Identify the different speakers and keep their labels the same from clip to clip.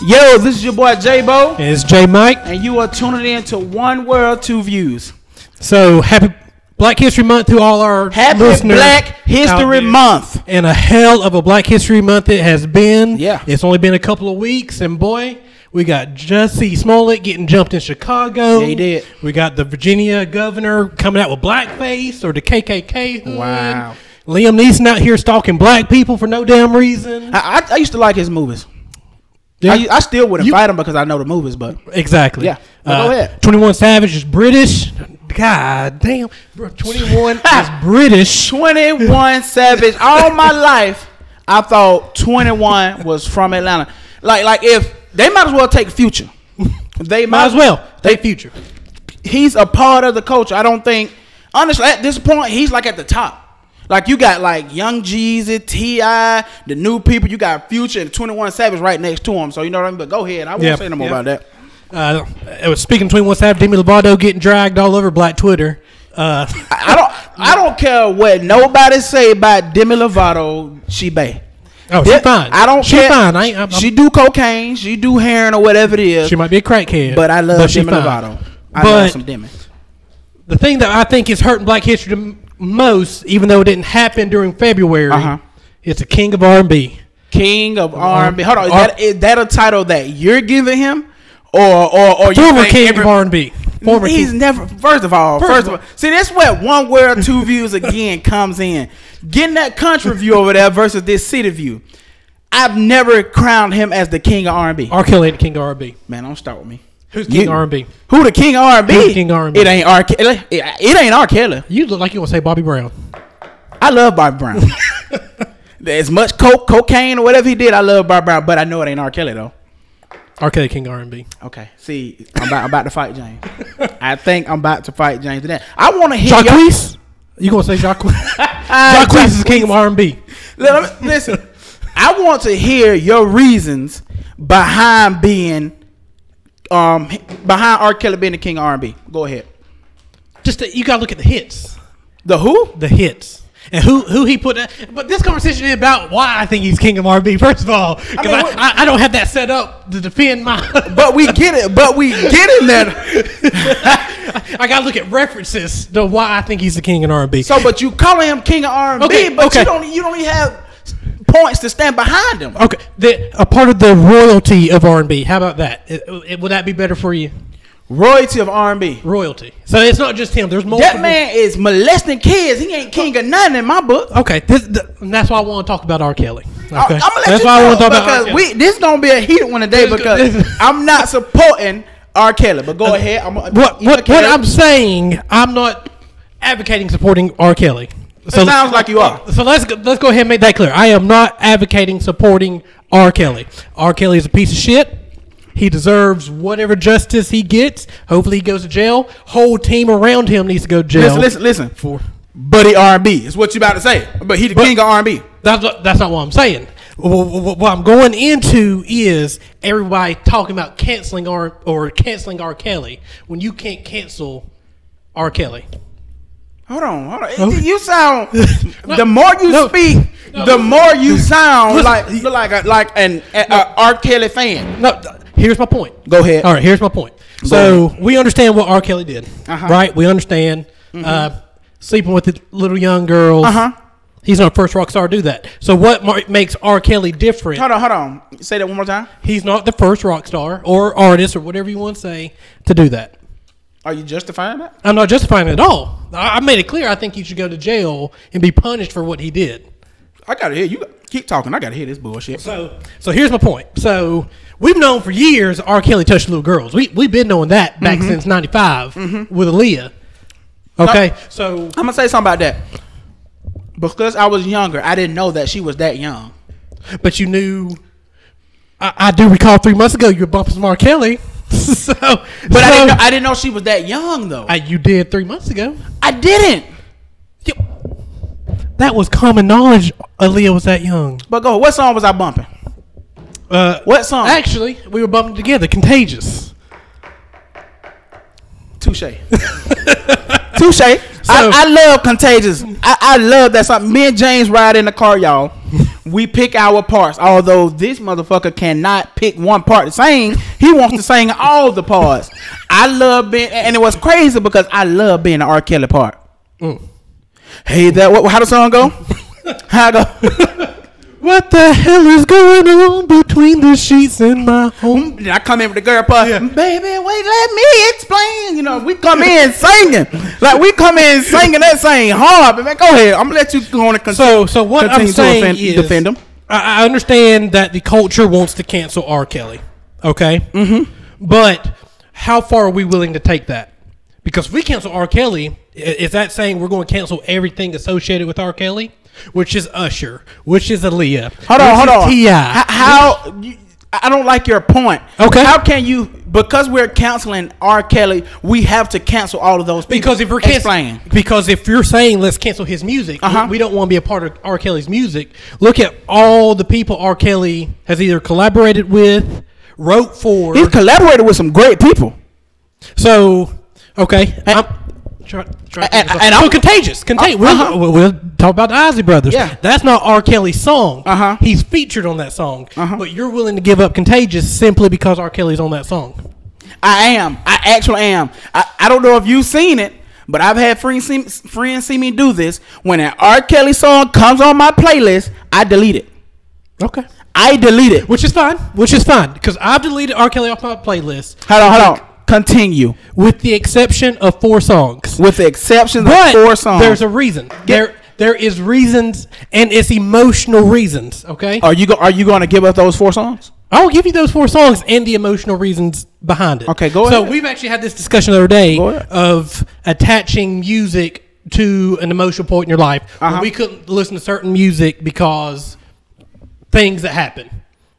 Speaker 1: Yo, this is your boy J Bo,
Speaker 2: It's J Mike.
Speaker 1: and you are tuning in to One World, Two Views.
Speaker 2: So happy Black History Month to all our
Speaker 1: Happy
Speaker 2: listeners
Speaker 1: Black
Speaker 2: out
Speaker 1: History
Speaker 2: there.
Speaker 1: Month.
Speaker 2: And a hell of a Black History Month it has been.
Speaker 1: Yeah.
Speaker 2: It's only been a couple of weeks, and boy, we got Jussie Smollett getting jumped in Chicago.
Speaker 1: Yeah, he did.
Speaker 2: We got the Virginia governor coming out with blackface or the KKK. hood.
Speaker 1: Wow.
Speaker 2: Liam Neeson out here stalking black people for no damn reason.
Speaker 1: I, I, I used to like his movies. I, I still wouldn't fight him because I know the movies, but
Speaker 2: Exactly.
Speaker 1: Yeah. Well, go ahead.
Speaker 2: 21 Savage is British. God damn. Bro, 21 is British.
Speaker 1: 21 Savage. All my life, I thought 21 was from Atlanta. Like, like if they might as well take Future. They
Speaker 2: Might as well. They future.
Speaker 1: he's a part of the culture. I don't think honestly at this point he's like at the top. Like you got like Young Jeezy, Ti, the new people. You got Future and Twenty One Savage right next to him. So you know what I mean. But go ahead. I won't
Speaker 2: Yep,
Speaker 1: say no more
Speaker 2: yep.
Speaker 1: about that.
Speaker 2: Uh, it was speaking of 21 Savage, Demi Lovato getting dragged all over Black Twitter. Uh,
Speaker 1: I, I don't. I don't care what nobody say about Demi Lovato. She bae.
Speaker 2: oh, she
Speaker 1: Dem-
Speaker 2: fine.
Speaker 1: I don't
Speaker 2: She
Speaker 1: care.
Speaker 2: fine. I, ain't- I'm,
Speaker 1: she do cocaine. She do heroin or whatever it is.
Speaker 2: she might be a crackhead.
Speaker 1: but I love
Speaker 2: she
Speaker 1: Demi
Speaker 2: fine.
Speaker 1: Lovato. I
Speaker 2: but
Speaker 1: love some Demi.
Speaker 2: the thing that I think is hurting Black History the m- most, even though it didn't happen during February,
Speaker 1: Uh-huh.
Speaker 2: it's the king of R&B.
Speaker 1: King of
Speaker 2: Uh-huh.
Speaker 1: R&B. Hold on, is
Speaker 2: R-
Speaker 1: that, is that a title that you're giving him, or or or you
Speaker 2: Former
Speaker 1: think
Speaker 2: king
Speaker 1: every-
Speaker 2: of R&B. Former
Speaker 1: he's
Speaker 2: king.
Speaker 1: never. First of all, first,
Speaker 2: First
Speaker 1: of
Speaker 2: of
Speaker 1: all, see that's where one world, two views again comes in. Getting that country view over there versus this city view. I've never crowned him as the king of R&B.
Speaker 2: R. Kelly ain't the king of R&B.
Speaker 1: Man, don't start with me.
Speaker 2: Who's
Speaker 1: You-
Speaker 2: king of R&B?
Speaker 1: Who the king of R&B?
Speaker 2: Who the king of R&B?
Speaker 1: It ain't R. Kelly. It, it ain't R. Kelly.
Speaker 2: You look like you want to say Bobby Brown.
Speaker 1: I love Bob Brown. as much coke, cocaine, or whatever he did, I love Bob Brown. But I know it ain't R. Kelly though.
Speaker 2: R. Kelly King R&B.
Speaker 1: Okay. See, I'm about, I'm about to fight James. I think I'm about to fight James today. I want to hear y'all-
Speaker 2: Jacquees? You gonna say Jacquees?
Speaker 1: Ah,
Speaker 2: Jacquees is the king of R&B.
Speaker 1: Let me- Listen, I want to hear your reasons behind being, um, behind R. Kelly being the king of R&B. Go ahead.
Speaker 2: Just that you gotta look at the hits,
Speaker 1: The who?
Speaker 2: the hits, and who who he put. That, but this conversation is about why I think he's king of R&B. First of all, 'cause I,
Speaker 1: mean, what-
Speaker 2: I, I, don't have that set up to defend my.
Speaker 1: But we get it. But we get in there.
Speaker 2: I gotta look at references to why I think he's the king in R&B.
Speaker 1: So, but you calling him king of R&B,
Speaker 2: Okay,
Speaker 1: but
Speaker 2: okay.
Speaker 1: you don't. You don't even have points to stand behind him.
Speaker 2: okay, the, a part of the royalty of R&B. How about that? It, it- would that be better for you?
Speaker 1: Royalty of R&B.
Speaker 2: Royalty. So it's not just him. There's multiple.
Speaker 1: That man is molesting kids. He ain't king of nothing in my book.
Speaker 2: Okay, this, th- and that's why I want to talk about R. Kelly. Okay,
Speaker 1: I, am gonna let
Speaker 2: that's
Speaker 1: you
Speaker 2: why I
Speaker 1: know
Speaker 2: want to talk about R.
Speaker 1: because
Speaker 2: Kelly.
Speaker 1: we this gonna be a heated one today
Speaker 2: This go-
Speaker 1: because
Speaker 2: this- Uh,
Speaker 1: I'm not supporting R. Kelly. But go ahead. I'm gonna-
Speaker 2: what
Speaker 1: you
Speaker 2: what,
Speaker 1: okay?
Speaker 2: what I'm saying, I'm not advocating supporting R. Kelly. So
Speaker 1: It sounds like you are.
Speaker 2: So let's go, let's go ahead and make that clear. I am not advocating supporting R. Kelly. R. Kelly is a piece of shit. He deserves whatever justice he gets. Hopefully, he goes to jail. Whole team around him needs to go to jail.
Speaker 1: Listen, listen, listen.
Speaker 2: For
Speaker 1: Buddy R&B is what you about to say. But he the king of R&B.
Speaker 2: That's what, that's not what I'm saying. What, what, what I'm going into is everybody talking about canceling R or canceling R Kelly when you can't cancel R Kelly.
Speaker 1: Hold on, hold on.
Speaker 2: No.
Speaker 1: You sound.
Speaker 2: No,
Speaker 1: the more you
Speaker 2: no.
Speaker 1: speak,
Speaker 2: No.
Speaker 1: the more you sound
Speaker 2: Listen.
Speaker 1: like look like a, like an a, a R. Kelly fan.
Speaker 2: No, th- here's my point.
Speaker 1: Go ahead.
Speaker 2: All right, here's my point. So we understand what R. Kelly did,
Speaker 1: Uh-huh. Mm-hmm.
Speaker 2: right? We understand uh, sleeping with the little young girls.
Speaker 1: Uh-huh.
Speaker 2: He's not the first rock star to do that. So what mar- makes R. Kelly different?
Speaker 1: Hold on, hold on. Say that one more time.
Speaker 2: He's not the first rock star or artist or whatever you want to say to do that.
Speaker 1: Are you justifying that?
Speaker 2: I'm not justifying it at all. I, I made it clear I think he should go to jail and be punished for what he did.
Speaker 1: I gotta hear you. Keep talking. I gotta hear this bullshit.
Speaker 2: So, so here's my point. So we've known for years R. Kelly touched little girls. We we've been knowing that back
Speaker 1: Mm-hmm.
Speaker 2: since '95 with Aaliyah. Okay, so
Speaker 1: I'm gonna say something about that. Because I was younger, I didn't know that she was that young.
Speaker 2: but you knew. I, I do recall three months ago you were bumping some R. Kelly. so, but
Speaker 1: But I didn't know, I didn't know she was that young though. I,
Speaker 2: you did three months ago.
Speaker 1: didn't.
Speaker 2: You- That was common knowledge. Aaliyah was that young.
Speaker 1: But go, what song was I bumping?
Speaker 2: Uh,
Speaker 1: What song?
Speaker 2: Actually, we were bumping together. Contagious.
Speaker 1: Touche. Touche. I,
Speaker 2: So-
Speaker 1: I love Contagious. I, I love that song. Me and James ride in the car, y'all. We pick our parts, although this motherfucker cannot pick one part to sing. He wants to sing all the parts. I love being, and it was crazy because I love being the R. Kelly part. Hey, that what? How the song go? how it go?
Speaker 2: What the hell is going on between the sheets in my home?
Speaker 1: Then I come in with the girl part,
Speaker 2: Yeah.
Speaker 1: baby, wait, let me explain. You know, we come in singing. Like, we come in singing that same hard. But man, go ahead. I'm going to let you go on and continue.
Speaker 2: So, so what I'm
Speaker 1: Continue to
Speaker 2: saying
Speaker 1: offend-
Speaker 2: is,
Speaker 1: defend him.
Speaker 2: I, I understand that the culture wants to cancel R. Kelly. Okay. Mm-hmm. But how far are we willing to take that? Because if we cancel R. Kelly, i- is that saying we're going to cancel everything associated with R. Kelly, which is Usher, which is Aaliyah,
Speaker 1: Hold on, hold on.
Speaker 2: Ti?
Speaker 1: H- How? you- I I don't like your point.
Speaker 2: Okay.
Speaker 1: How can you? Because we're canceling R. Kelly, we have to cancel all of those people.
Speaker 2: Because if we're
Speaker 1: canceling,
Speaker 2: canceling, because if you're saying let's cancel his music, we-
Speaker 1: Uh-huh.
Speaker 2: we, don't want to be a part of R. Kelly's music. Look at all the people R. Kelly has either collaborated with, wrote for.
Speaker 1: he's collaborated with some great people.
Speaker 2: so okay,
Speaker 1: And-
Speaker 2: I'm, try, try
Speaker 1: and-
Speaker 2: so,
Speaker 1: and I'm-
Speaker 2: contagious. Contagious. We'll,
Speaker 1: Uh-huh.
Speaker 2: we'll- we'll talk about the Ozzy Brothers.
Speaker 1: Yeah.
Speaker 2: that's not R. Kelly's song.
Speaker 1: Uh-huh.
Speaker 2: He's featured on that song, but you're willing to give up Contagious simply because R. Kelly's on that song.
Speaker 1: I am. I actually am. I, I don't know if you've seen it, but I've had friends see, friends see me do this. When an R. Kelly song comes on my playlist, I delete it.
Speaker 2: Okay.
Speaker 1: I delete it.
Speaker 2: Which is fine. Which is fine because I've deleted R. Kelly off my playlist.
Speaker 1: Hold on, hold on. Continue.
Speaker 2: with the exception of four songs.
Speaker 1: With the exception of
Speaker 2: But
Speaker 1: four songs.
Speaker 2: there's a reason. There there is reasons, and it's emotional reasons. Okay,
Speaker 1: are you go, are you going to give us those four songs?
Speaker 2: I'll give you those four songs and the emotional reasons behind it.
Speaker 1: Okay, go
Speaker 2: So
Speaker 1: ahead.
Speaker 2: we've actually had this discussion the other day
Speaker 1: Go ahead.
Speaker 2: of attaching music to an emotional point in your life. where
Speaker 1: Uh-huh.
Speaker 2: We couldn't listen to certain music because things that happen.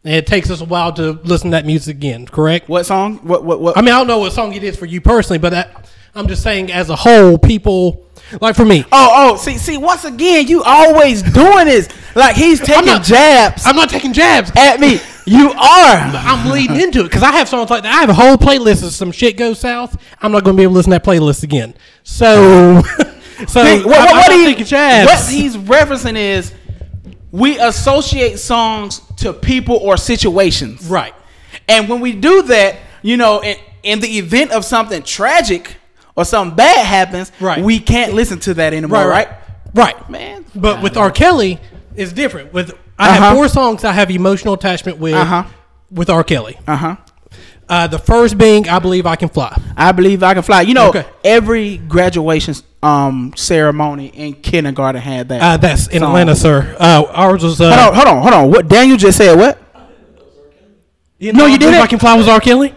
Speaker 2: And it takes us a while to listen to that music again. Correct.
Speaker 1: What song? What what what?
Speaker 2: I mean, I don't know what song it is for you personally, but I, I'm just saying as a whole, people like for me.
Speaker 1: Oh, oh, see, see, once again, you always doing this. Like he's taking
Speaker 2: not-
Speaker 1: jabs
Speaker 2: I'm not taking jabs.
Speaker 1: at me. You are.
Speaker 2: I'm leading into it because I have songs like that. I have a whole playlist of some shit goes south. I'm not going to be able to listen to that playlist again. So, so
Speaker 1: Think-
Speaker 2: I'm, I'm not
Speaker 1: he-
Speaker 2: taking jabs.
Speaker 1: what he's referencing is we associate songs to people or situations.
Speaker 2: right.
Speaker 1: And when we do that, you know, in, in the event of something tragic or something bad happens,
Speaker 2: Right.
Speaker 1: we can't listen to that anymore, right?
Speaker 2: Right. Right. Right.
Speaker 1: Man.
Speaker 2: But with R. Kelly, it's different. With I
Speaker 1: Uh-huh.
Speaker 2: have four songs I have emotional attachment with.
Speaker 1: Uh-huh.
Speaker 2: With R. Kelly,
Speaker 1: Uh-huh.
Speaker 2: uh, the first being "I Believe I Can Fly."
Speaker 1: I believe I can fly. You know,
Speaker 2: Okay.
Speaker 1: every graduation um, ceremony in kindergarten had that.
Speaker 2: Uh, that's in
Speaker 1: song.
Speaker 2: Atlanta, sir. Uh, ours was. Uh,
Speaker 1: Hold on, hold on, hold on. What Daniel just said? What?
Speaker 2: no, you
Speaker 1: didn't.
Speaker 2: didn't. I can fly was R. Kelly.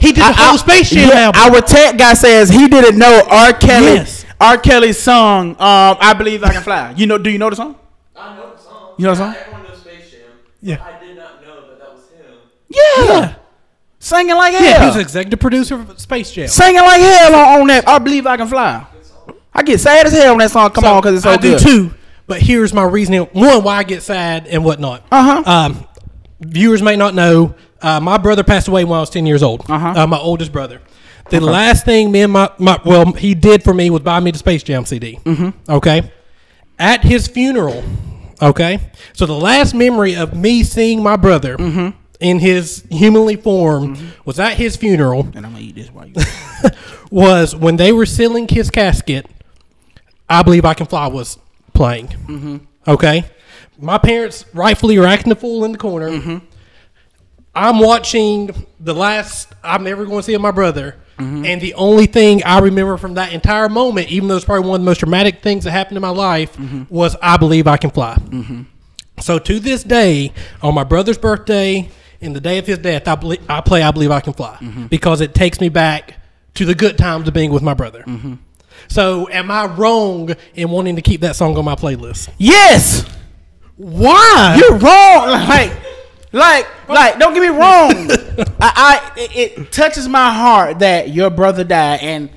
Speaker 2: He did the whole Space Jam
Speaker 1: yeah,
Speaker 2: album.
Speaker 1: Our tech guy says he didn't know R. Kelly.
Speaker 2: Yes.
Speaker 1: R. Kelly's song. Um, I believe I can fly. You know? Do you know the song?
Speaker 3: I know the song.
Speaker 1: You know the song?
Speaker 3: Everyone knows Space Jam.
Speaker 2: Yeah.
Speaker 3: I did not know that that was him.
Speaker 1: Yeah.
Speaker 2: Yeah.
Speaker 1: Singing like hell.
Speaker 2: Yeah, he was executive producer of Space Jam.
Speaker 1: Singing like hell on, on that. I believe I can fly. I get sad as hell on that song. Come on, because it's so
Speaker 2: I
Speaker 1: good.
Speaker 2: do too. But here's my reasoning: one, why I get sad and whatnot.
Speaker 1: Uh-huh.
Speaker 2: Um, viewers may not know, uh, my brother passed away when I was ten years old.
Speaker 1: Uh-huh.
Speaker 2: Uh, my oldest brother. The last thing me and my, my well he did for me was buy me the Space Jam CD. Mm-hmm. Okay. At his funeral. Okay. So the last memory of me seeing my brother
Speaker 1: Mm-hmm.
Speaker 2: in his humanly form was at his funeral
Speaker 1: And I'm gonna eat this while you.
Speaker 2: was when they were sealing his casket, I Believe I Can Fly was playing. Okay? My parents rightfully are acting the fool in the corner. I'm watching the last I'm ever going to see of my brother. And the only thing I remember from that entire moment, even though it's probably one of the most traumatic things that happened in my life, was I Believe I Can Fly. So to this day, on my brother's birthday and the day of his death, I, belie I play I Believe I Can Fly
Speaker 1: Mm-hmm.
Speaker 2: because it takes me back to the good times of being with my brother.
Speaker 1: Mm-hmm.
Speaker 2: So am I wrong in wanting to keep that song on my playlist?
Speaker 1: yes,
Speaker 2: Why?
Speaker 1: you're wrong. Like, like, like. Don't get me wrong. I, I it, it touches my heart that your brother died, and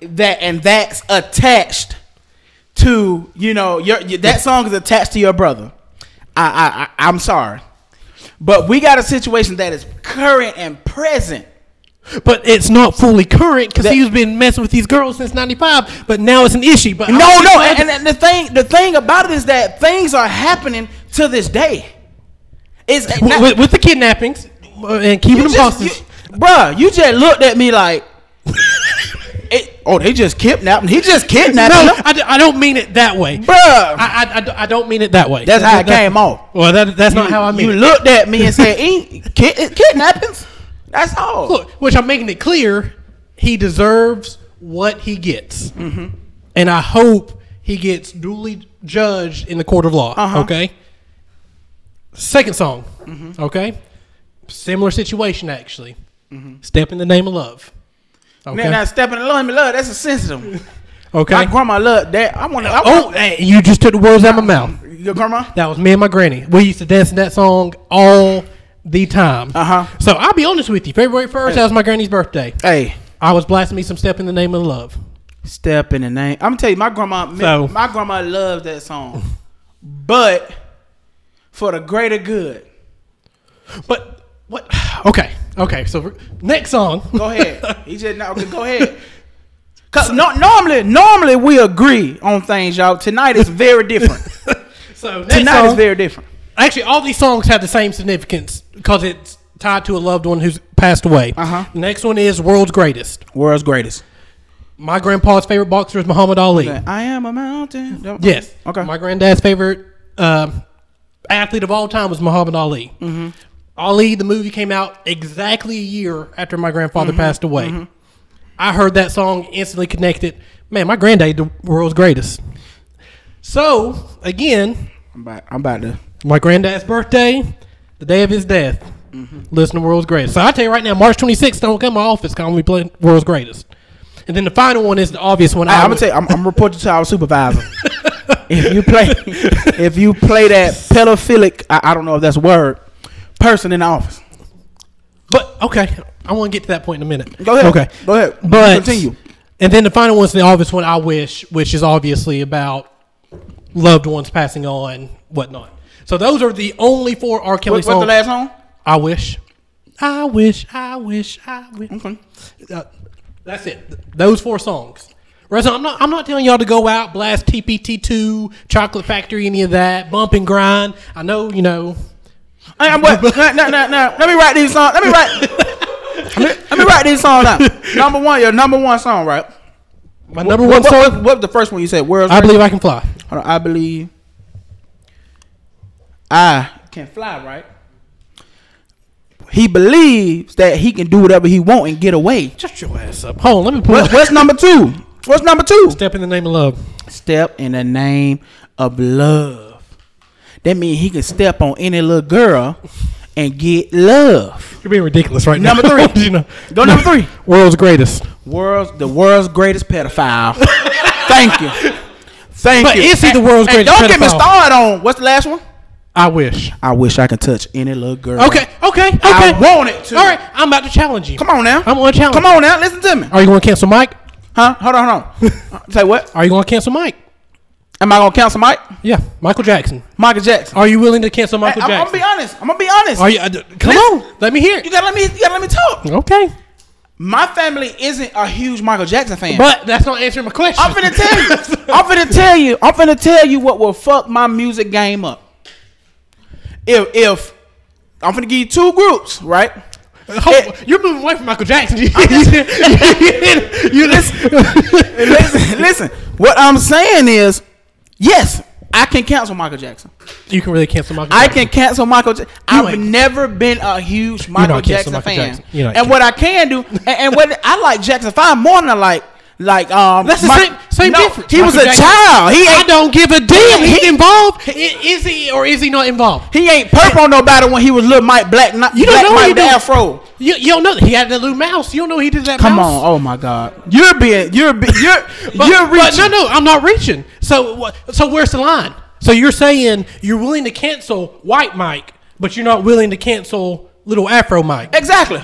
Speaker 1: that and that's attached to you know your, your that song is attached to your brother. I, I, I I'm sorry, but we got a situation that is current and present.
Speaker 2: but it's not fully current because
Speaker 1: That-
Speaker 2: he's been messing with these girls since '95. But now it's an issue. But I'm
Speaker 1: No,
Speaker 2: still
Speaker 1: no,
Speaker 2: glad
Speaker 1: and,
Speaker 2: that-
Speaker 1: and the thing, the thing about it is that things are happening to this day. It's
Speaker 2: W- with, with the kidnappings uh, and keeping them
Speaker 1: just-
Speaker 2: hostage.
Speaker 1: you- bruh, you just looked at me like, it, oh, they just kidnapped him. He just kidnapped
Speaker 2: No,
Speaker 1: him.
Speaker 2: I, d- I don't mean it that way.
Speaker 1: Bruh,
Speaker 2: I, I- I d- I don't mean it that way.
Speaker 1: That's how it came off.
Speaker 2: Well, that, that's not how I mean
Speaker 1: you
Speaker 2: it.
Speaker 1: looked at me and said, "Ain't kid, kidnappings? That's all.
Speaker 2: Look, which I'm making it clear, he deserves what he gets,
Speaker 1: Mm-hmm.
Speaker 2: and I hope he gets duly judged in the court of law.
Speaker 1: Uh-huh. Mm-hmm.
Speaker 2: Okay. Second song. Okay. Similar situation, actually. Step in the name of love. Okay.
Speaker 1: Mm-hmm. Man, now stepping along me, love, that's a sensitive one.
Speaker 2: okay.
Speaker 1: My grandma loved that. I want to.
Speaker 2: oh, hey, you just took the words out of my mouth.
Speaker 1: Your grandma?
Speaker 2: That was me and my granny. We used to dance in that song all the time.
Speaker 1: Uh-huh.
Speaker 2: So I'll be honest with you. February first, that was my granny's birthday.
Speaker 1: Hey,
Speaker 2: I was blasting me some "Step in the Name of Love."
Speaker 1: step in the name. I'm gonna tell you, my grandma,
Speaker 2: So-
Speaker 1: my grandma loved that song, but for the greater good.
Speaker 2: But what? Okay, okay. So next song.
Speaker 1: Go ahead. he just now. Go ahead. Cause no, normally, normally we agree on things, y'all. Tonight is very different.
Speaker 2: so next
Speaker 1: Tonight is
Speaker 2: song-
Speaker 1: very different.
Speaker 2: Actually, all these songs have the same significance because it's tied to a loved one who's passed away.
Speaker 1: Uh-huh.
Speaker 2: The next one is "World's Greatest."
Speaker 1: World's greatest.
Speaker 2: My grandpa's favorite boxer is Muhammad Ali.
Speaker 1: I am a mountain. Don't-
Speaker 2: Yes.
Speaker 1: Okay.
Speaker 2: My granddad's favorite um athlete of all time was Muhammad Ali.
Speaker 1: Mm-hmm.
Speaker 2: Ali, the movie came out exactly a year after my grandfather
Speaker 1: Mm-hmm.
Speaker 2: passed away. I heard that song, instantly connected. Man, my granddad, the world's greatest. So, again,
Speaker 1: I'm about, I'm about to.
Speaker 2: my granddad's birthday, the day of his death.
Speaker 1: Mm-hmm.
Speaker 2: Listen to World's Greatest. So I tell you right now, March 26th, don't come to my office. Call me playing World's Greatest. And then the final one is the obvious one.
Speaker 1: I, am
Speaker 2: would-
Speaker 1: gonna tell you, I'm, I'm reporting to our supervisor. if you play, if you play that pedophilic, I, I don't know if that's a word, person in the office.
Speaker 2: But okay, I want to get to that point in a minute.
Speaker 1: Go ahead.
Speaker 2: Okay,
Speaker 1: Go ahead.
Speaker 2: But
Speaker 1: Continue.
Speaker 2: And then the final one's the obvious one. I wish, which is obviously about loved ones passing on, whatnot. So those are the only four R. Kelly
Speaker 1: What,
Speaker 2: songs.
Speaker 1: what's the last song?
Speaker 2: I wish, I wish, I wish, I wish. Uh, that's it. Th- Those four songs. Russell, I'm not. I'm not telling y'all to go out blast TPT two, Chocolate Factory, any of that. Bump and grind. I know you know.
Speaker 1: I, am what? No, no, no, no. Let me write these songs. Let me write. let, me, let me write these songs out. Number one, your number one song, right?
Speaker 2: My number
Speaker 1: What,
Speaker 2: one
Speaker 1: what,
Speaker 2: song.
Speaker 1: what, what was the first one you said? World's
Speaker 2: I
Speaker 1: Greatest?
Speaker 2: believe I can fly.
Speaker 1: Hold on, I believe I can fly, right? He believes that he can do whatever he want and get away.
Speaker 2: Shut your ass up. Hold on, let me pull
Speaker 1: What,
Speaker 2: up.
Speaker 1: what's number two? What's number two?
Speaker 2: Step in the name of love.
Speaker 1: Step in the name of love. That means he can step on any little girl and get love.
Speaker 2: You're being ridiculous right
Speaker 1: Number
Speaker 2: now.
Speaker 1: three.
Speaker 2: you know.
Speaker 1: Go number three.
Speaker 2: World's greatest.
Speaker 1: World's the world's greatest pedophile. Thank you. Thank
Speaker 2: But
Speaker 1: you.
Speaker 2: is he the world's
Speaker 1: And
Speaker 2: greatest
Speaker 1: Don't get me
Speaker 2: pedophile?
Speaker 1: started on what's the last one?
Speaker 2: I wish.
Speaker 1: I wish I could touch any little girl.
Speaker 2: Okay, okay, okay.
Speaker 1: I want it to.
Speaker 2: All right, I'm about to challenge you.
Speaker 1: Come on now.
Speaker 2: I'm gonna challenge.
Speaker 1: Come on now. Listen to me.
Speaker 2: Are you going to cancel Mike?
Speaker 1: Huh? Hold on, hold on. Say what?
Speaker 2: Are you going to cancel Mike?
Speaker 1: Am I gonna cancel Mike?
Speaker 2: Yeah, Michael Jackson.
Speaker 1: Michael Jackson.
Speaker 2: Are you willing to cancel
Speaker 1: Hey,
Speaker 2: Michael
Speaker 1: I'm, I'm gonna
Speaker 2: Jackson?
Speaker 1: be honest. I'm gonna be honest.
Speaker 2: Are you? uh, d- come
Speaker 1: Listen.
Speaker 2: on, let me hear
Speaker 1: You
Speaker 2: it.
Speaker 1: gotta let me. You gotta let me talk.
Speaker 2: Okay,
Speaker 1: My family isn't a huge Michael Jackson fan.
Speaker 2: but that's not answering my question.
Speaker 1: I'm finna tell you. I'm finna tell you. I'm finna tell you what will fuck my music game up. If if I'm finna give you two groups, right?
Speaker 2: Hold- you're moving away from Michael Jackson. you
Speaker 1: And listen, listen. What I'm saying is, yes, I can cancel Michael Jackson.
Speaker 2: You can really cancel Michael.
Speaker 1: I
Speaker 2: Jackson.
Speaker 1: can cancel Michael. Ja- I've
Speaker 2: ain't-
Speaker 1: never been a huge Michael
Speaker 2: not
Speaker 1: Jackson
Speaker 2: cancel Michael
Speaker 1: fan.
Speaker 2: Jackson. You're not
Speaker 1: And what I can do, and, and what I like Jackson Five more than I like like um.
Speaker 2: That's the
Speaker 1: Mi-
Speaker 2: same- same difference.
Speaker 1: He was
Speaker 2: Michael
Speaker 1: a
Speaker 2: Jackson-
Speaker 1: child. He
Speaker 2: I
Speaker 1: ain't
Speaker 2: don't give a damn. He's involved. I- Is he or is he not involved?
Speaker 1: he ain't perp on nobody when he was little Mike Black. Not,
Speaker 2: You don't
Speaker 1: Black
Speaker 2: know
Speaker 1: Mike
Speaker 2: he
Speaker 1: the
Speaker 2: do.
Speaker 1: Afro.
Speaker 2: You, you don't know that he had that little mouse. You don't know he did that.
Speaker 1: Come
Speaker 2: mouse.
Speaker 1: on, oh my God! You're being you're be, you're
Speaker 2: But,
Speaker 1: you're
Speaker 2: but
Speaker 1: reaching.
Speaker 2: no, no, I'm not reaching. So what- so where's the line? So you're saying you're willing to cancel White Mike, but you're not willing to cancel Little Afro Mike.
Speaker 1: Exactly.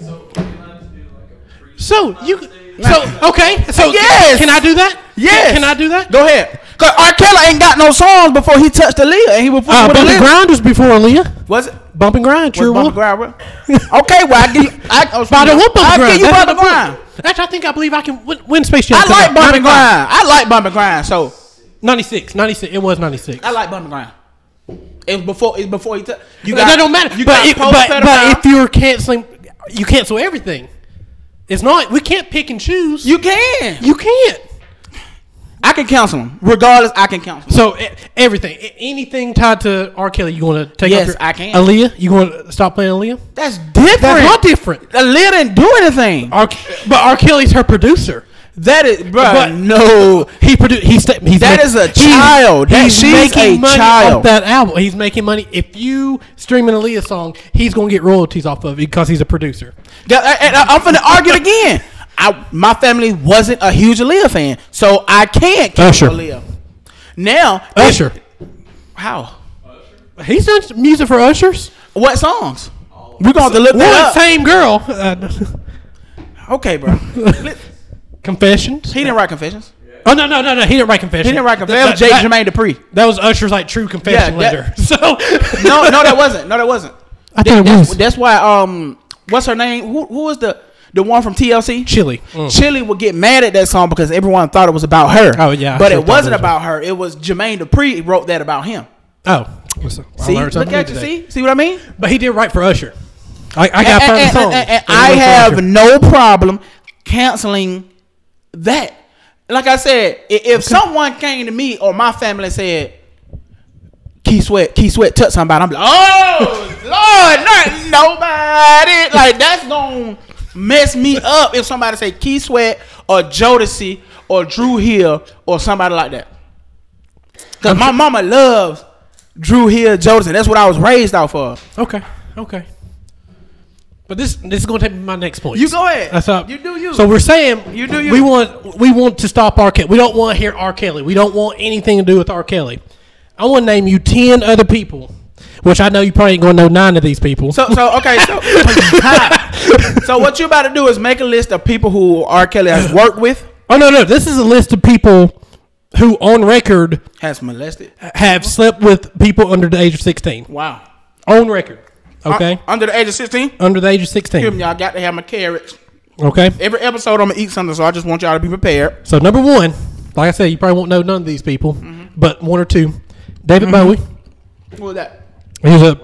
Speaker 3: So we're gonna have to do like a pre.
Speaker 2: So you so okay. So
Speaker 1: Yes.
Speaker 2: can I do that?
Speaker 1: Yes.
Speaker 2: Can I do that?
Speaker 1: Go ahead. Cause R. Kelly ain't got no songs before he touched Aaliyah, and he was with
Speaker 2: Uh, bump and
Speaker 1: Aaliyah.
Speaker 2: grind was before Aaliyah.
Speaker 1: Was it?
Speaker 2: Bump and
Speaker 1: Was
Speaker 2: grind, sure
Speaker 1: Bumper
Speaker 2: was.
Speaker 1: Grind with? Okay, well, I give you. I, oh,
Speaker 2: But I don't want bump and
Speaker 1: I'll
Speaker 2: grind.
Speaker 1: give you
Speaker 2: That's
Speaker 1: Bumper
Speaker 2: my point.
Speaker 1: Grind.
Speaker 2: Actually, I think I believe I can win, win Space Jam.
Speaker 1: I like Bumper
Speaker 2: Bump
Speaker 1: Grind. I like Bumper Grind, so.
Speaker 2: 96, 96. It was 96.
Speaker 1: I like Bumper Grind. It's before. It's before he. T- you
Speaker 2: that don't matter.
Speaker 1: You
Speaker 2: but
Speaker 1: got
Speaker 2: if,
Speaker 1: post
Speaker 2: but,
Speaker 1: pedophile.
Speaker 2: but if you're canceling, you cancel everything. It's not. We can't pick and choose.
Speaker 1: you can,
Speaker 2: you can't.
Speaker 1: I can counsel him. Regardless, I can counsel. Him.
Speaker 2: So e- everything, e- anything tied to R. Kelly, you going to take?
Speaker 1: Yes,
Speaker 2: off your,
Speaker 1: I can.
Speaker 2: Aaliyah, you going to stop playing Aaliyah?
Speaker 1: That's different.
Speaker 2: That's not different.
Speaker 1: Aaliyah didn't do anything.
Speaker 2: R. Ke- But R. Kelly's her producer.
Speaker 1: That is, bro.
Speaker 2: But-
Speaker 1: no,
Speaker 2: He produced. He's, sta- he's
Speaker 1: That
Speaker 2: mak-
Speaker 1: is a
Speaker 2: he's-
Speaker 1: child. That-
Speaker 2: He's,
Speaker 1: she's a
Speaker 2: making money
Speaker 1: child.
Speaker 2: off that album. He's making money. If you stream an Aaliyah song, he's gonna get royalties off of it because he's a producer.
Speaker 1: That- and I- I'm finna argue it again. I, my family wasn't a huge Aaliyah fan, so I can't cancel
Speaker 2: Usher.
Speaker 1: Aaliyah. Now, if-
Speaker 2: Usher.
Speaker 1: how?
Speaker 2: He's done some music for Ushers.
Speaker 1: What songs? We're gonna have to look
Speaker 2: One
Speaker 1: that up.
Speaker 2: same girl. Uh,
Speaker 1: Okay, bro. He
Speaker 2: confessions.
Speaker 1: didn't write confessions.
Speaker 2: oh no no no no! He didn't write confessions.
Speaker 1: He didn't write
Speaker 2: That-
Speaker 1: confessions. That was Jake
Speaker 2: that-
Speaker 1: Jermaine Dupri.
Speaker 2: That was Usher's like true confession
Speaker 1: Yeah,
Speaker 2: letter.
Speaker 1: that-
Speaker 2: So
Speaker 1: No, no, that wasn't. No, that wasn't.
Speaker 2: I thought it was
Speaker 1: That's why. Um, what's her name? Who who was the the one from TLC?
Speaker 2: chili.
Speaker 1: Chili would get mad at that song because everyone thought it was about her.
Speaker 2: Oh, yeah, I
Speaker 1: but
Speaker 2: sure
Speaker 1: it
Speaker 2: thought
Speaker 1: wasn't
Speaker 2: it was.
Speaker 1: about her. It was Jermaine Dupri wrote that about him.
Speaker 2: Oh, listen, I
Speaker 1: See,
Speaker 2: learned
Speaker 1: look
Speaker 2: something
Speaker 1: at
Speaker 2: new
Speaker 1: you.
Speaker 2: today.
Speaker 1: See, see what I mean?
Speaker 2: But he did write for Usher. I, I
Speaker 1: And-
Speaker 2: got five
Speaker 1: and-
Speaker 2: songs.
Speaker 1: and- and- and
Speaker 2: that he
Speaker 1: I
Speaker 2: wrote for
Speaker 1: have
Speaker 2: Usher.
Speaker 1: no problem canceling that. Like I said, i- if someone came to me or my family and said, Key Sweat, Key Sweat touched somebody, I'm like, oh, Lord, not nobody. Like, that's going to mess me up if somebody say Key Sweat or Jodeci or Drew Hill or somebody like that. Because my mama loves Drew Hill, Jodeci. That's what I was raised off of.
Speaker 2: Okay, okay. But this this is going to take me to my next point.
Speaker 1: You go ahead.
Speaker 2: That's up.
Speaker 1: You do you.
Speaker 2: So we're saying
Speaker 1: You do you.
Speaker 2: We want we want to stop R. Kelly. We don't want to hear R. Kelly. We don't want anything to do with R. Kelly. I want to name you ten other people, which I know you probably ain't going to know nine of these people.
Speaker 1: So, so okay, so so what you about to do is make a list of people who R. Kelly has worked with,
Speaker 2: oh no no, this is a list of people who on record
Speaker 1: has molested.
Speaker 2: have slept with people under the age of sixteen.
Speaker 1: Wow.
Speaker 2: On record, okay,
Speaker 1: Uh, under the age of sixteen.
Speaker 2: under the age of
Speaker 1: Excuse me,
Speaker 2: sixteen.
Speaker 1: y'all got to have my carrots.
Speaker 2: Okay,
Speaker 1: Every episode I'm gonna eat something, so I just want y'all to be prepared.
Speaker 2: So number one, like I said, you probably won't know none of these people,
Speaker 1: Mm-hmm.
Speaker 2: but one or two. David Bowie,
Speaker 1: Who was that?
Speaker 2: he was a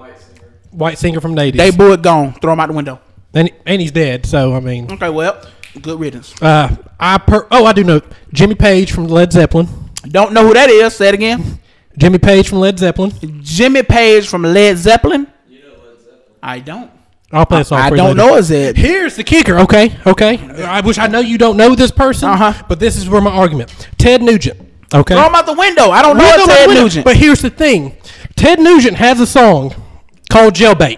Speaker 2: white singer from the 80s.
Speaker 1: They boy gone. Throw him out the window.
Speaker 2: and, and he's dead, so I mean.
Speaker 1: Okay, well, good riddance.
Speaker 2: Uh, I per- Oh, I do know. Jimmy Page from Led Zeppelin.
Speaker 1: Don't know who that is. Say it again.
Speaker 2: Jimmy Page from Led Zeppelin.
Speaker 1: Jimmy Page from Led Zeppelin. I don't.
Speaker 2: I'll play a song
Speaker 1: I
Speaker 2: for you
Speaker 1: don't
Speaker 2: later.
Speaker 1: know. Is it?
Speaker 2: Here's the kicker, okay? Okay. I wish I know you don't know this person,
Speaker 1: Uh-huh.
Speaker 2: but this is where my argument. Ted Nugent, okay?
Speaker 1: Throw him out the window. I don't know.
Speaker 2: We'll
Speaker 1: it's
Speaker 2: go
Speaker 1: Ted
Speaker 2: with Nugent,
Speaker 1: Nugent.
Speaker 2: But here's the thing Ted Nugent has a song called Jailbait.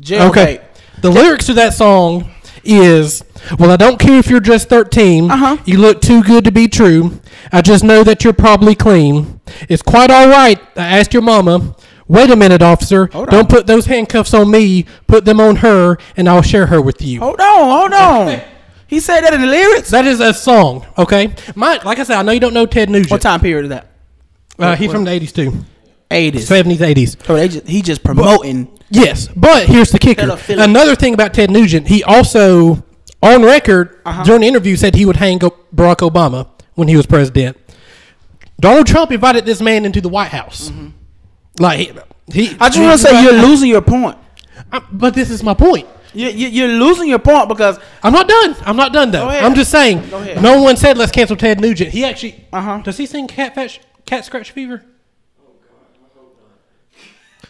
Speaker 1: Jailbait.
Speaker 2: Okay. The lyrics to that song is Well, I don't care if you're just 13.
Speaker 1: Uh-huh.
Speaker 2: You look too good to be true. I just know that you're probably clean. It's quite all right. I asked your mama. Wait a minute, officer.
Speaker 1: Hold on.
Speaker 2: Don't put those handcuffs on me. Put them on her, and I'll share her with you.
Speaker 1: Hold on. Hold on. oh, He said that in the lyrics.
Speaker 2: That is a song, okay? My, like I said, I know you don't know Ted Nugent.
Speaker 1: What time period is that?
Speaker 2: Uh, he's from the 80s, too.
Speaker 1: Eighties.
Speaker 2: 70s, 80s.
Speaker 1: So they just, he just promoting.
Speaker 2: Yes, but here's the kicker.
Speaker 1: Pedophilic.
Speaker 2: Another thing about Ted Nugent, he also, on record,
Speaker 1: Uh-huh.
Speaker 2: during the interview, said he would hang up Barack Obama when he was president. Donald Trump invited this man into the White House. Like, he. he-
Speaker 1: Mm-hmm. I just want to say you're losing your point.
Speaker 2: I- But this is my point.
Speaker 1: You, you, you're losing your point because
Speaker 2: I'm not done. I'm not done, though.
Speaker 1: Go ahead.
Speaker 2: I'm just saying,
Speaker 1: Go ahead.
Speaker 2: no one said let's cancel Ted Nugent. He actually.
Speaker 1: Uh-huh.
Speaker 2: Does he sing Cat, Fetch, Cat Scratch Fever? Oh,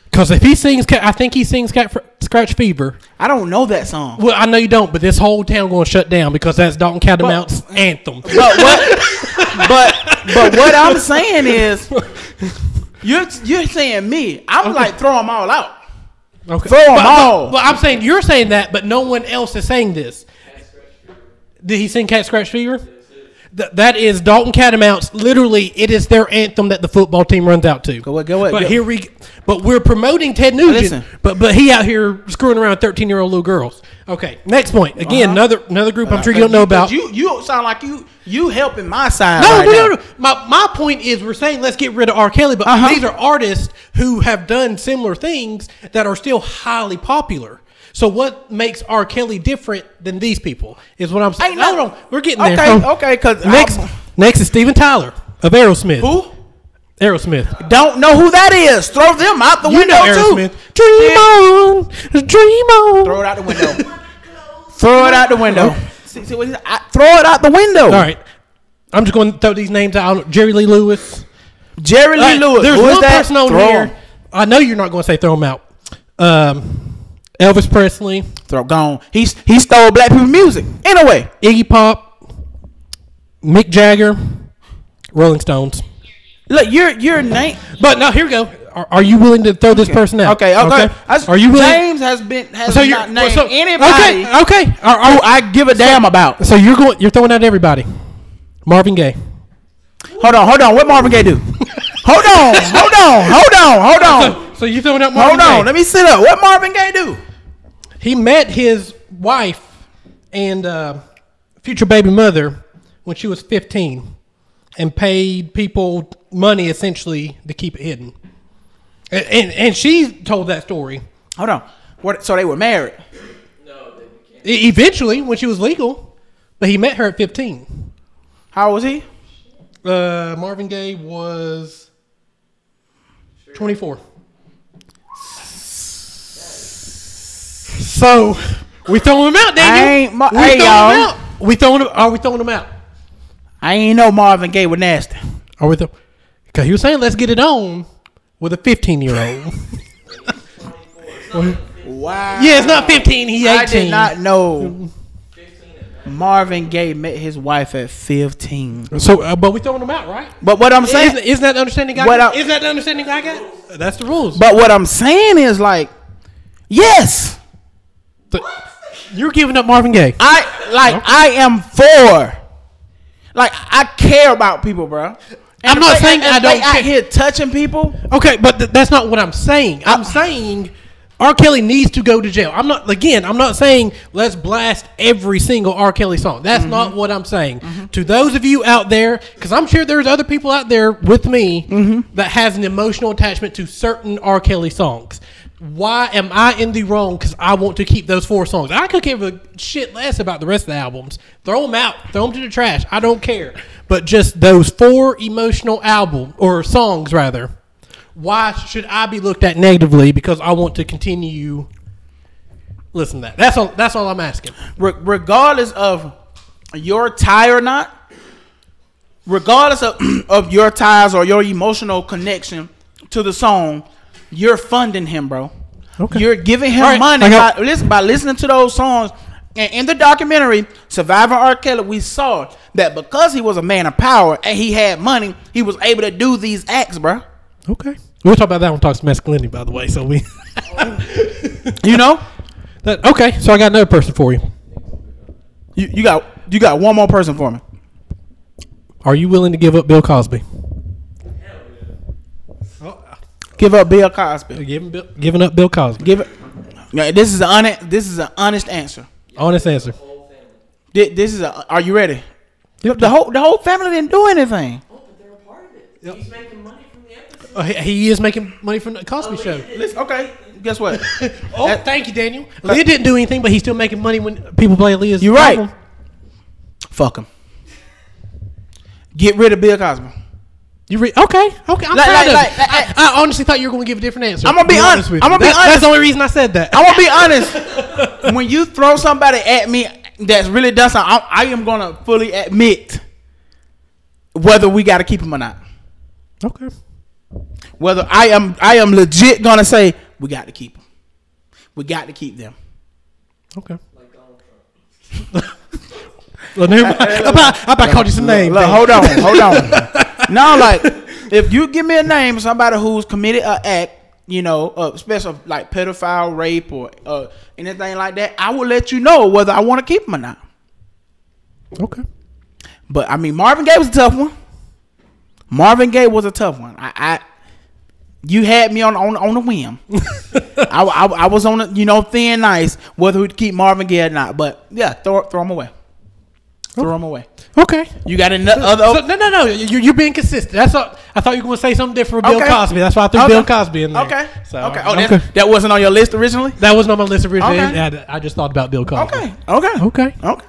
Speaker 2: Because if he sings, Cat, I think he sings Cat Fr- Scratch Fever.
Speaker 1: I don't know that song.
Speaker 2: Well, I know you don't, but this whole town going to shut down because that's Dalton Catamount's anthem.
Speaker 1: But what? but but what I'm saying is, you're you're saying me. I'm like throw them all out.
Speaker 2: Okay.
Speaker 1: Throw 'em
Speaker 2: But- but-
Speaker 1: all.
Speaker 2: Well, I'm saying you're saying that, but no one else is saying this. Did he sing Cat Scratch Fever? Th- that is Dalton Catamounts. Literally, it is their anthem that the football team runs out to.
Speaker 1: ahead, go ahead,
Speaker 2: But
Speaker 1: go-
Speaker 2: here we, but we're promoting Ted Nugent.
Speaker 1: Listen.
Speaker 2: But but he out here screwing around thirteen year old little girls. Okay, next point. Again,
Speaker 1: Uh-huh.
Speaker 2: another another group I'm sure you don't know about.
Speaker 1: You you sound like you you helping my side.
Speaker 2: No,
Speaker 1: right
Speaker 2: Oh, no,
Speaker 1: now.
Speaker 2: no, no. My, my point is, we're saying let's get rid of R. Kelly, but
Speaker 1: Uh-huh.
Speaker 2: these are artists who have done similar things that are still highly popular. So, what makes R. Kelly different than these people is what I'm saying.
Speaker 1: Ain't no-
Speaker 2: Hold on, we're getting there.
Speaker 1: Okay,
Speaker 2: Oh.
Speaker 1: okay, 'cause
Speaker 2: next,
Speaker 1: I'm-
Speaker 2: next is Steven Tyler of Aerosmith.
Speaker 1: Who?
Speaker 2: Aerosmith.
Speaker 1: Don't know who that is. Throw them out the
Speaker 2: You
Speaker 1: window
Speaker 2: know
Speaker 1: too.
Speaker 2: Aerosmith. Dream on, dream on.
Speaker 1: Throw it out the window. throw it out the window. See, see what he's- I- throw it out the window.
Speaker 2: All right, I'm just going to throw these names out. Jerry Lee Lewis.
Speaker 1: Jerry Lee
Speaker 2: All right,
Speaker 1: Lewis.
Speaker 2: There's
Speaker 1: who is
Speaker 2: one
Speaker 1: that?
Speaker 2: person on
Speaker 1: throw
Speaker 2: here.
Speaker 1: him.
Speaker 2: I know you're not going to say throw him out. Um, Elvis Presley,
Speaker 1: Throw gone. He's he stole black people music. Anyway,
Speaker 2: Iggy Pop, Mick Jagger, Rolling Stones.
Speaker 1: look, your your name.
Speaker 2: But now here we go. Are, are you willing to throw this person out?
Speaker 1: Okay, okay. I-
Speaker 2: Are you willing?
Speaker 1: James has been has
Speaker 2: so you're
Speaker 1: not named
Speaker 2: so,
Speaker 1: anybody
Speaker 2: Okay. Okay. Are, are,
Speaker 1: who I give a damn about.
Speaker 2: so you're going. You're throwing out everybody. Marvin Gaye.
Speaker 1: Hold on, hold on. What Marvin Gaye do? hold on, hold on, hold on, hold on,
Speaker 2: So, so you're throwing out Marvin
Speaker 1: hold
Speaker 2: Gaye.
Speaker 1: on. Let me sit up. What Marvin Gaye do?
Speaker 2: he met his wife and uh, future baby mother when she was 15 and paid people money essentially to keep it hidden. And, and, and she told that story.
Speaker 1: Hold on. What? So they were married.
Speaker 2: E- Eventually, when she was legal, but he met her at 15.
Speaker 1: How old was he?
Speaker 2: Uh, Marvin Gaye was 24. So we throwing him out, Daniel.
Speaker 1: ain't Mar-
Speaker 2: we
Speaker 1: hey,
Speaker 2: throwing him
Speaker 1: y'all.
Speaker 2: out. We throwing him. Are we throwing him out?
Speaker 1: I ain't know Marvin Gaye was nasty.
Speaker 2: Are we throwing? Because he was saying, "Let's get it on" with a 15 year old.
Speaker 1: Wow.
Speaker 2: yeah, it's not 15. He's 18.
Speaker 1: I did not know. Marvin Gaye met his wife at 15.
Speaker 2: So, uh, but we throwing him out, right?
Speaker 1: But what I'm saying,
Speaker 2: Isn't, isn't that the understanding I
Speaker 1: What
Speaker 2: got?
Speaker 1: I-
Speaker 2: isn't that the understanding I got? That's the rules.
Speaker 1: but what I'm saying is like, yes,
Speaker 2: But you're giving up Marvin Gaye.
Speaker 1: I like I am for, like I care about people, bro. And
Speaker 2: I'm
Speaker 1: if
Speaker 2: not
Speaker 1: they-
Speaker 2: saying
Speaker 1: if
Speaker 2: I
Speaker 1: they
Speaker 2: don't
Speaker 1: out
Speaker 2: care.
Speaker 1: here touching people.
Speaker 2: Okay, but th- that's not what I'm saying. I'm saying R. Kelly needs to go to jail. I'm not again. I'm not saying let's blast every single R. Kelly song. That's not what I'm saying. To those of you out there, because I'm sure there's other people out there with me that has an emotional attachment to certain R. Kelly songs. Why am I in the wrong? Because I want to keep those four songs. I could give a shit less about the rest of the albums. Throw them out. Throw them to the trash. I don't care. But just those four emotional album or songs rather why should I be looked at negatively because I want to continue listen to that. That's all that's all I'm asking.
Speaker 1: Re- regardless of your tie or not, regardless of, of your ties or your emotional connection to the song, you're funding him, bro.
Speaker 2: Okay.
Speaker 1: You're giving him
Speaker 2: All right,
Speaker 1: money
Speaker 2: I got-
Speaker 1: by, listen, by listening to those songs. And in the documentary, Survivor R. Kelly, we saw that because he was a man of power and he had money, he was able to do these acts, bro.
Speaker 2: Okay. We'll talk about that one talks masculinity by the way, so we
Speaker 1: You know?
Speaker 2: that, okay, so I got another person for you.
Speaker 1: You, you got you got one more person for me.
Speaker 2: Are you willing to give up Bill Cosby?
Speaker 1: Give up Bill Cosby.
Speaker 2: Giving Bill, giving up Bill Cosby.
Speaker 1: Give it. Yeah, This is an honest, this is an honest answer.
Speaker 2: Honest answer.
Speaker 1: Thi- This is a. Are you ready? The whole the whole family didn't do anything.
Speaker 3: He's making money from the episode.
Speaker 2: Uh, he- he is making money from the Cosby show.
Speaker 1: Listen, okay, guess what?
Speaker 2: Oh,
Speaker 1: That-
Speaker 2: thank you, Daniel. Leah didn't do anything, but he's still making money when people play Leah's.
Speaker 1: Uh, You're right.
Speaker 2: album.
Speaker 1: Fuck him. Get rid of Bill Cosby.
Speaker 2: You re- okay? Okay, I'm
Speaker 1: Like- like-
Speaker 2: proud of
Speaker 1: like-
Speaker 2: you.
Speaker 1: like-
Speaker 2: I, I honestly thought you were going to give a different answer.
Speaker 1: I'm gonna be honest-
Speaker 2: with
Speaker 1: I'm
Speaker 2: you.
Speaker 1: gonna be
Speaker 2: That-
Speaker 1: honest.
Speaker 2: That's the only reason I said that.
Speaker 1: I want to be honest. when you throw somebody at me that's really done something, I, I am gonna fully admit whether we got to keep him or not.
Speaker 2: Okay.
Speaker 1: Whether I am I am legit gonna say we got to keep him. We got to keep them.
Speaker 2: Okay. Well, never mind. I about, I about called you some names.
Speaker 1: Look,
Speaker 2: man.
Speaker 1: hold on, hold on. now, like, if you give me a name of somebody who's committed an act, you know, uh, special like pedophile, rape, or uh, anything like that, I will let you know whether I want to keep him or not.
Speaker 2: Okay.
Speaker 1: But I mean, Marvin Gaye was a tough one. Marvin Gaye was a tough one. I, I you had me on on on a whim. I, I, I was on a, you know thin ice whether we'd keep Marvin Gaye or not. But yeah, throw throw him away. Throw him away.
Speaker 2: Okay.
Speaker 1: You got another other
Speaker 2: So, no, no, no. You're, you're being consistent. That's all, I thought you were going to say something different with
Speaker 1: Okay.
Speaker 2: Bill Cosby. That's why I threw
Speaker 1: Okay.
Speaker 2: Bill Cosby in there.
Speaker 1: Okay.
Speaker 2: So,
Speaker 1: okay. Oh,
Speaker 2: I'm
Speaker 1: that,
Speaker 2: good.
Speaker 1: that wasn't on your list originally.
Speaker 2: That wasn't on my list of originally.
Speaker 1: Okay.
Speaker 2: I, I just thought about Bill Cosby.
Speaker 1: Okay. Okay.
Speaker 2: Okay.
Speaker 1: Okay.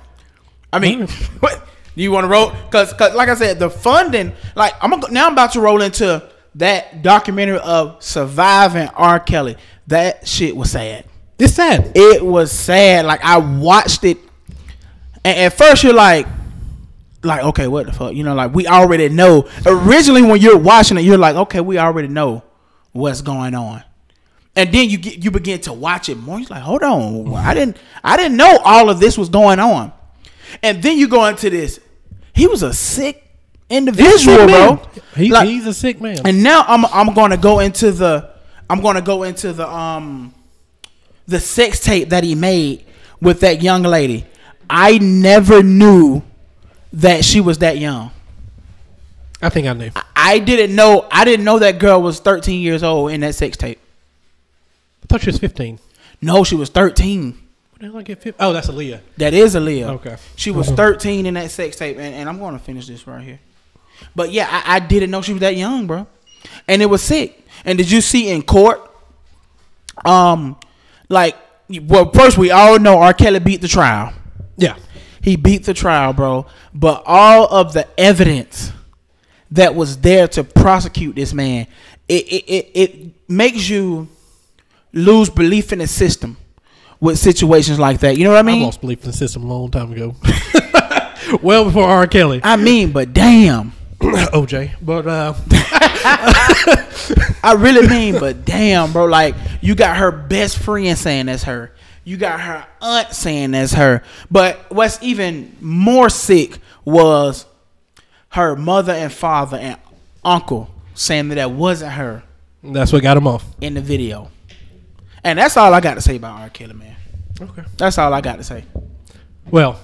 Speaker 1: I mean,
Speaker 2: Alright.
Speaker 1: what you want to roll? Cause, cause, like I said, the funding. Like I'm gonna, go- now, I'm about to roll into that documentary of surviving R. Kelly, that shit was sad.
Speaker 2: It's sad.
Speaker 1: It was sad. Like I watched it, and at first you're like, like okay, what the fuck? You know, like we already know. Originally, when you're watching it, you're like, okay, we already know what's going on. And then you get you begin to watch it more. You're like, hold on, I didn't I didn't know all of this was going on. And then you go into this. He was a sick individual, bro.
Speaker 2: He,
Speaker 1: Like-
Speaker 2: he's a sick man.
Speaker 1: and now I'm I'm going to go into the I'm going to go into the um the sex tape that he made with that young lady. I never knew that she was that young.
Speaker 2: I think I knew. I
Speaker 1: I didn't know I didn't know that girl was 13 years old in that sex tape.
Speaker 2: thought she was 15.
Speaker 1: No, she was 13.
Speaker 2: What the hell did I get 15? Oh, that's Aaliyah.
Speaker 1: That is Aaliyah.
Speaker 2: Okay.
Speaker 1: She was 13 in that sex tape, and, and I'm going to finish this right here. But yeah, I, I didn't know she was that young, bro. And it was sick. And did you see in court? Um, like, well, first we all know R. Kelly beat the trial.
Speaker 2: Yeah.
Speaker 1: He beat the trial, bro. But all of the evidence that was there to prosecute this man, it it, it, it makes you lose belief in the system with situations like that. You know what I
Speaker 2: I
Speaker 1: mean?
Speaker 2: lost belief in the system a long time ago. well before R. Kelly.
Speaker 1: I mean, but damn.
Speaker 2: OJ. But uh,
Speaker 1: I really mean, but damn, bro. Like, you got her best friend saying that's her. You got her aunt saying that's her. But what's even more sick was her mother and father and uncle saying that that wasn't her
Speaker 2: that's what got him off.
Speaker 1: in the video. And that's all I got to say about R. Kelly, man.
Speaker 2: Okay.
Speaker 1: That's all I got to say.
Speaker 2: Well,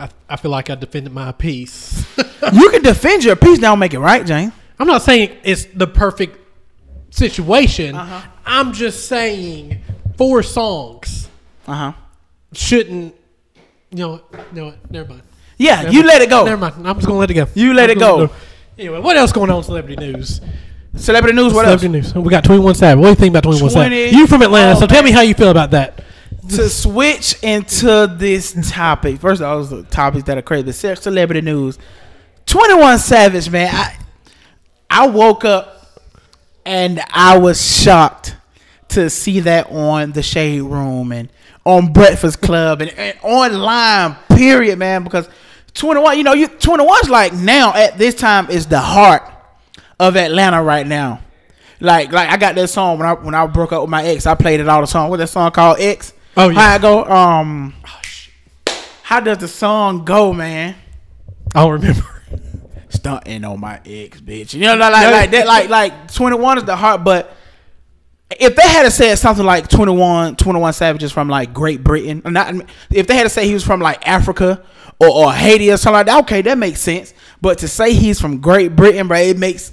Speaker 2: I, I feel like I defended my piece.
Speaker 1: You can defend your piece, don't make it right, Jane.
Speaker 2: I'm not saying it's the perfect situation.
Speaker 1: Uh-huh.
Speaker 2: I'm just saying four songs
Speaker 1: Uh huh.
Speaker 2: shouldn't. You know, no, never mind.
Speaker 1: Yeah,
Speaker 2: Never
Speaker 1: you
Speaker 2: mind.
Speaker 1: let it go.
Speaker 2: Never mind. I'm just gonna let it go.
Speaker 1: You let
Speaker 2: I'm
Speaker 1: it
Speaker 2: gonna
Speaker 1: go.
Speaker 2: Anyway, what else going on in celebrity news?
Speaker 1: Celebrity news, what else?
Speaker 2: celebrity news. We got 21 Savage. What do you think about 21 Savage?
Speaker 1: 20
Speaker 2: You from Atlanta,
Speaker 1: Oh,
Speaker 2: so tell me how you feel about that.
Speaker 1: to switch into this topic, first of all, those are topics that are crazy. The sex celebrity news. 21 Savage, man. I I woke up and I was shocked to see that on the Shade Room and on Breakfast Club and, and online, period, man. Because 21, you know, you 21's like now at this time is the heart of Atlanta right now. Like, like I got that song when I when I broke up with my ex, I played it all the time. What that song called? X.
Speaker 2: Oh, yeah. Oh,
Speaker 1: How I go? Um, how does the song go, man?
Speaker 2: I don't remember.
Speaker 1: stunting on my ex, bitch. You know, like like, like that, like like twenty one is the heart. But if they had to said something like 21, 21 Savages from like Great Britain, or not if they had to say he was from like Africa or, or Haiti or something like that, okay, that makes sense. But to say he's from Great Britain, bro, it makes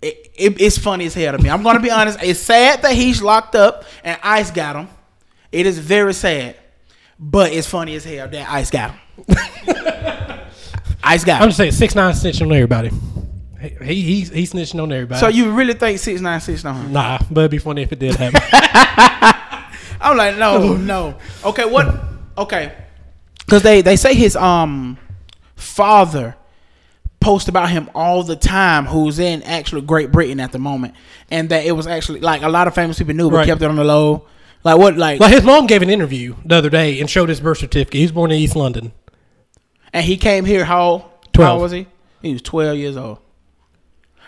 Speaker 1: it, it, it's funny as hell to me. I'm gonna be honest. It's sad that he's locked up and Ice got him. It is very sad, but it's funny as hell that Ice got him. Ice got him.
Speaker 2: I'm just saying, six nine snitching on everybody. He he he's, he's snitching on everybody.
Speaker 1: So you really think six nine six on him?
Speaker 2: nah, but it'd be funny if it did happen.
Speaker 1: I'm like, no, no. Okay, what? Okay, because they they say his um father post about him all the time, who's in actually Great Britain at the moment, and that it was actually like a lot of famous people knew, but
Speaker 2: Right.
Speaker 1: kept it on the low. Like what? Like,
Speaker 2: Like his mom gave an interview the other day and showed his birth certificate. He was born in East London.
Speaker 1: and he came here. How old? How
Speaker 2: Twelve.
Speaker 1: old was he? He was twelve years old.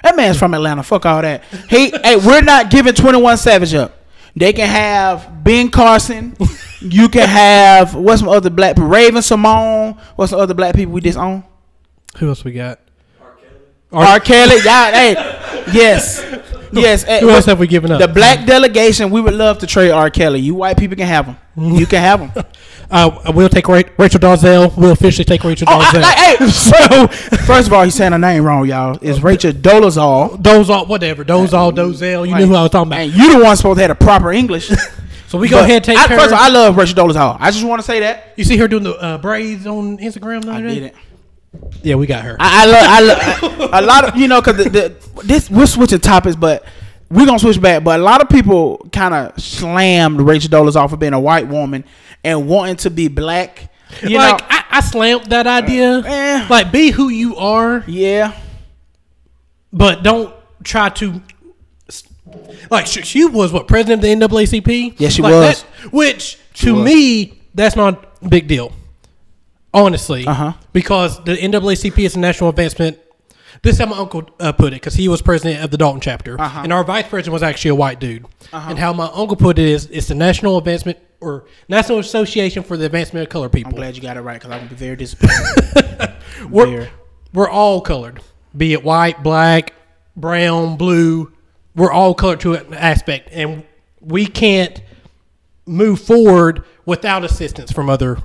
Speaker 1: That man's from Atlanta. Fuck all that. He, hey, we're not giving Twenty One Savage up. They can have Ben Carson. You can have what's some other black people? Raven Simone. What's some other black people we disown?
Speaker 2: Who else we got?
Speaker 1: R. Kelly. Yeah, hey, yes, yes. eh,
Speaker 2: Who else have we given up?
Speaker 1: the black delegation. We would love to trade R. Kelly. You white people can have him. You can have him.
Speaker 2: Uh, we'll take Ra- Rachel Dalzell. We'll officially take Rachel
Speaker 1: Oh, I,
Speaker 2: Dalzell.
Speaker 1: like, hey,
Speaker 2: so Oh.
Speaker 1: first of all, he's saying her name wrong, y'all. It's Rachel Dolezal.
Speaker 2: those all whatever. Those all Dozell. You knew who I was talking
Speaker 1: And
Speaker 2: about.
Speaker 1: you the one supposed to have a proper English.
Speaker 2: So we go ahead and take
Speaker 1: I,
Speaker 2: her.
Speaker 1: First of all, I love Rachel Dolezal. I just want to say that.
Speaker 2: you see her doing the uh, braids on Instagram. The
Speaker 1: I
Speaker 2: other day?
Speaker 1: did it.
Speaker 2: Yeah, we got her.
Speaker 1: I, I love. I love. a lot of you know because the, the, this we're switching topics, but we're gonna switch back. But a lot of people kind of slammed Rachel Dolezal for being a white woman and wanting to be black. You
Speaker 2: like
Speaker 1: know.
Speaker 2: I, I slammed that idea.
Speaker 1: Eh.
Speaker 2: Like be who you are,
Speaker 1: yeah.
Speaker 2: but don't try to. Like she, she was what president of the NAACP.
Speaker 1: Yes, she
Speaker 2: Like
Speaker 1: was.
Speaker 2: that- which to me, that's not a big deal. Honestly,
Speaker 1: Uh-huh.
Speaker 2: because the NAACP is a national advancement. This is how my uncle uh, put it, because he was president of the Dalton chapter,
Speaker 1: Uh-huh.
Speaker 2: and our vice president was actually a white dude. And how my uncle put it is, it's the National Advancement or National Association for the Advancement of Colored People.
Speaker 1: I'm glad you got it right because I would be very disappointed.
Speaker 2: We're,
Speaker 1: There.
Speaker 2: we're all colored, be it white, black, brown, blue. We're all colored to an aspect, and we can't move forward without assistance from other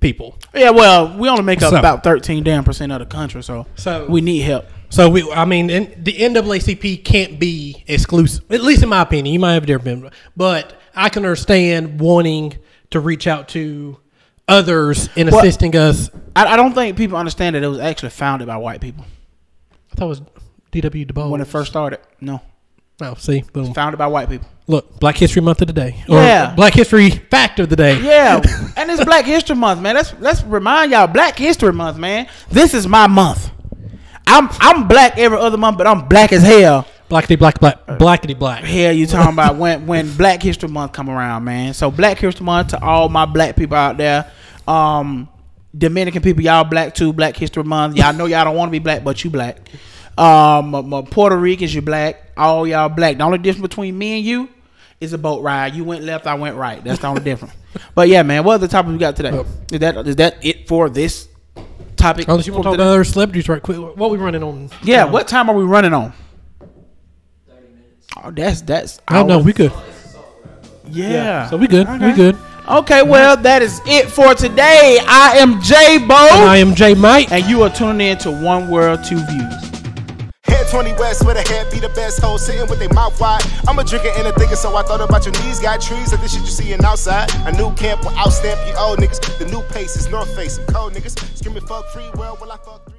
Speaker 2: people.
Speaker 1: yeah, well, we only make up
Speaker 2: So-
Speaker 1: about thirteen damn percent of the country, so
Speaker 2: So-
Speaker 1: we need help.
Speaker 2: So we, I mean, and the NAACP can't be exclusive, at least in my opinion. You might have a different opinion, but I can understand wanting to reach out to others in
Speaker 1: Well-
Speaker 2: assisting us.
Speaker 1: I, I don't think people understand that it was actually founded by white people
Speaker 2: I thought it was D.W. Du Bois
Speaker 1: when it first started. No,
Speaker 2: Oh, see, boom.
Speaker 1: founded by white people.
Speaker 2: Look, Black History Month of the day. Or
Speaker 1: Yeah.
Speaker 2: Black History Fact of the day.
Speaker 1: Yeah, and it's Black History Month, man. Let's let's remind y'all, Black History Month, man. This is my month. I'm I'm black every other month, but I'm black as hell.
Speaker 2: Blackity black black blackity black.
Speaker 1: Hell, you talking about when when Black History Month come around, man? So Black History Month to all my black people out there, um, Dominican people, y'all black too. Black History Month, y'all know y'all don't want to be black, but you black. Um, my- my Puerto Ricans, you black. All y'all black. The only difference between me and you is a boat ride. You went left, I went right. That's the only difference. But yeah, man, what other topics we got today? Is that is that it for this topic?
Speaker 2: Oh, Unless you want to talk about other celebrities right quick. What we running on?
Speaker 1: yeah, what time are we running on? Oh, that's that's.
Speaker 2: I don't know. We good.
Speaker 1: Yeah.
Speaker 2: So we good.
Speaker 1: Okay.
Speaker 2: We good.
Speaker 1: Okay, well, that is it for today. I am J
Speaker 2: And I
Speaker 1: Bo,
Speaker 2: am J Mike.
Speaker 1: and you are tuning in to One World, Two Views.
Speaker 4: Head 20 West with a head be the best hoe sitting with their mouth wide. I'm a drinker and a thinker, so I thought about your knees. Got trees like this shit you seeing outside. A new camp will outstamp you old niggas. The new pace is North Face, some cold niggas. Screaming fuck free world while I fuck three.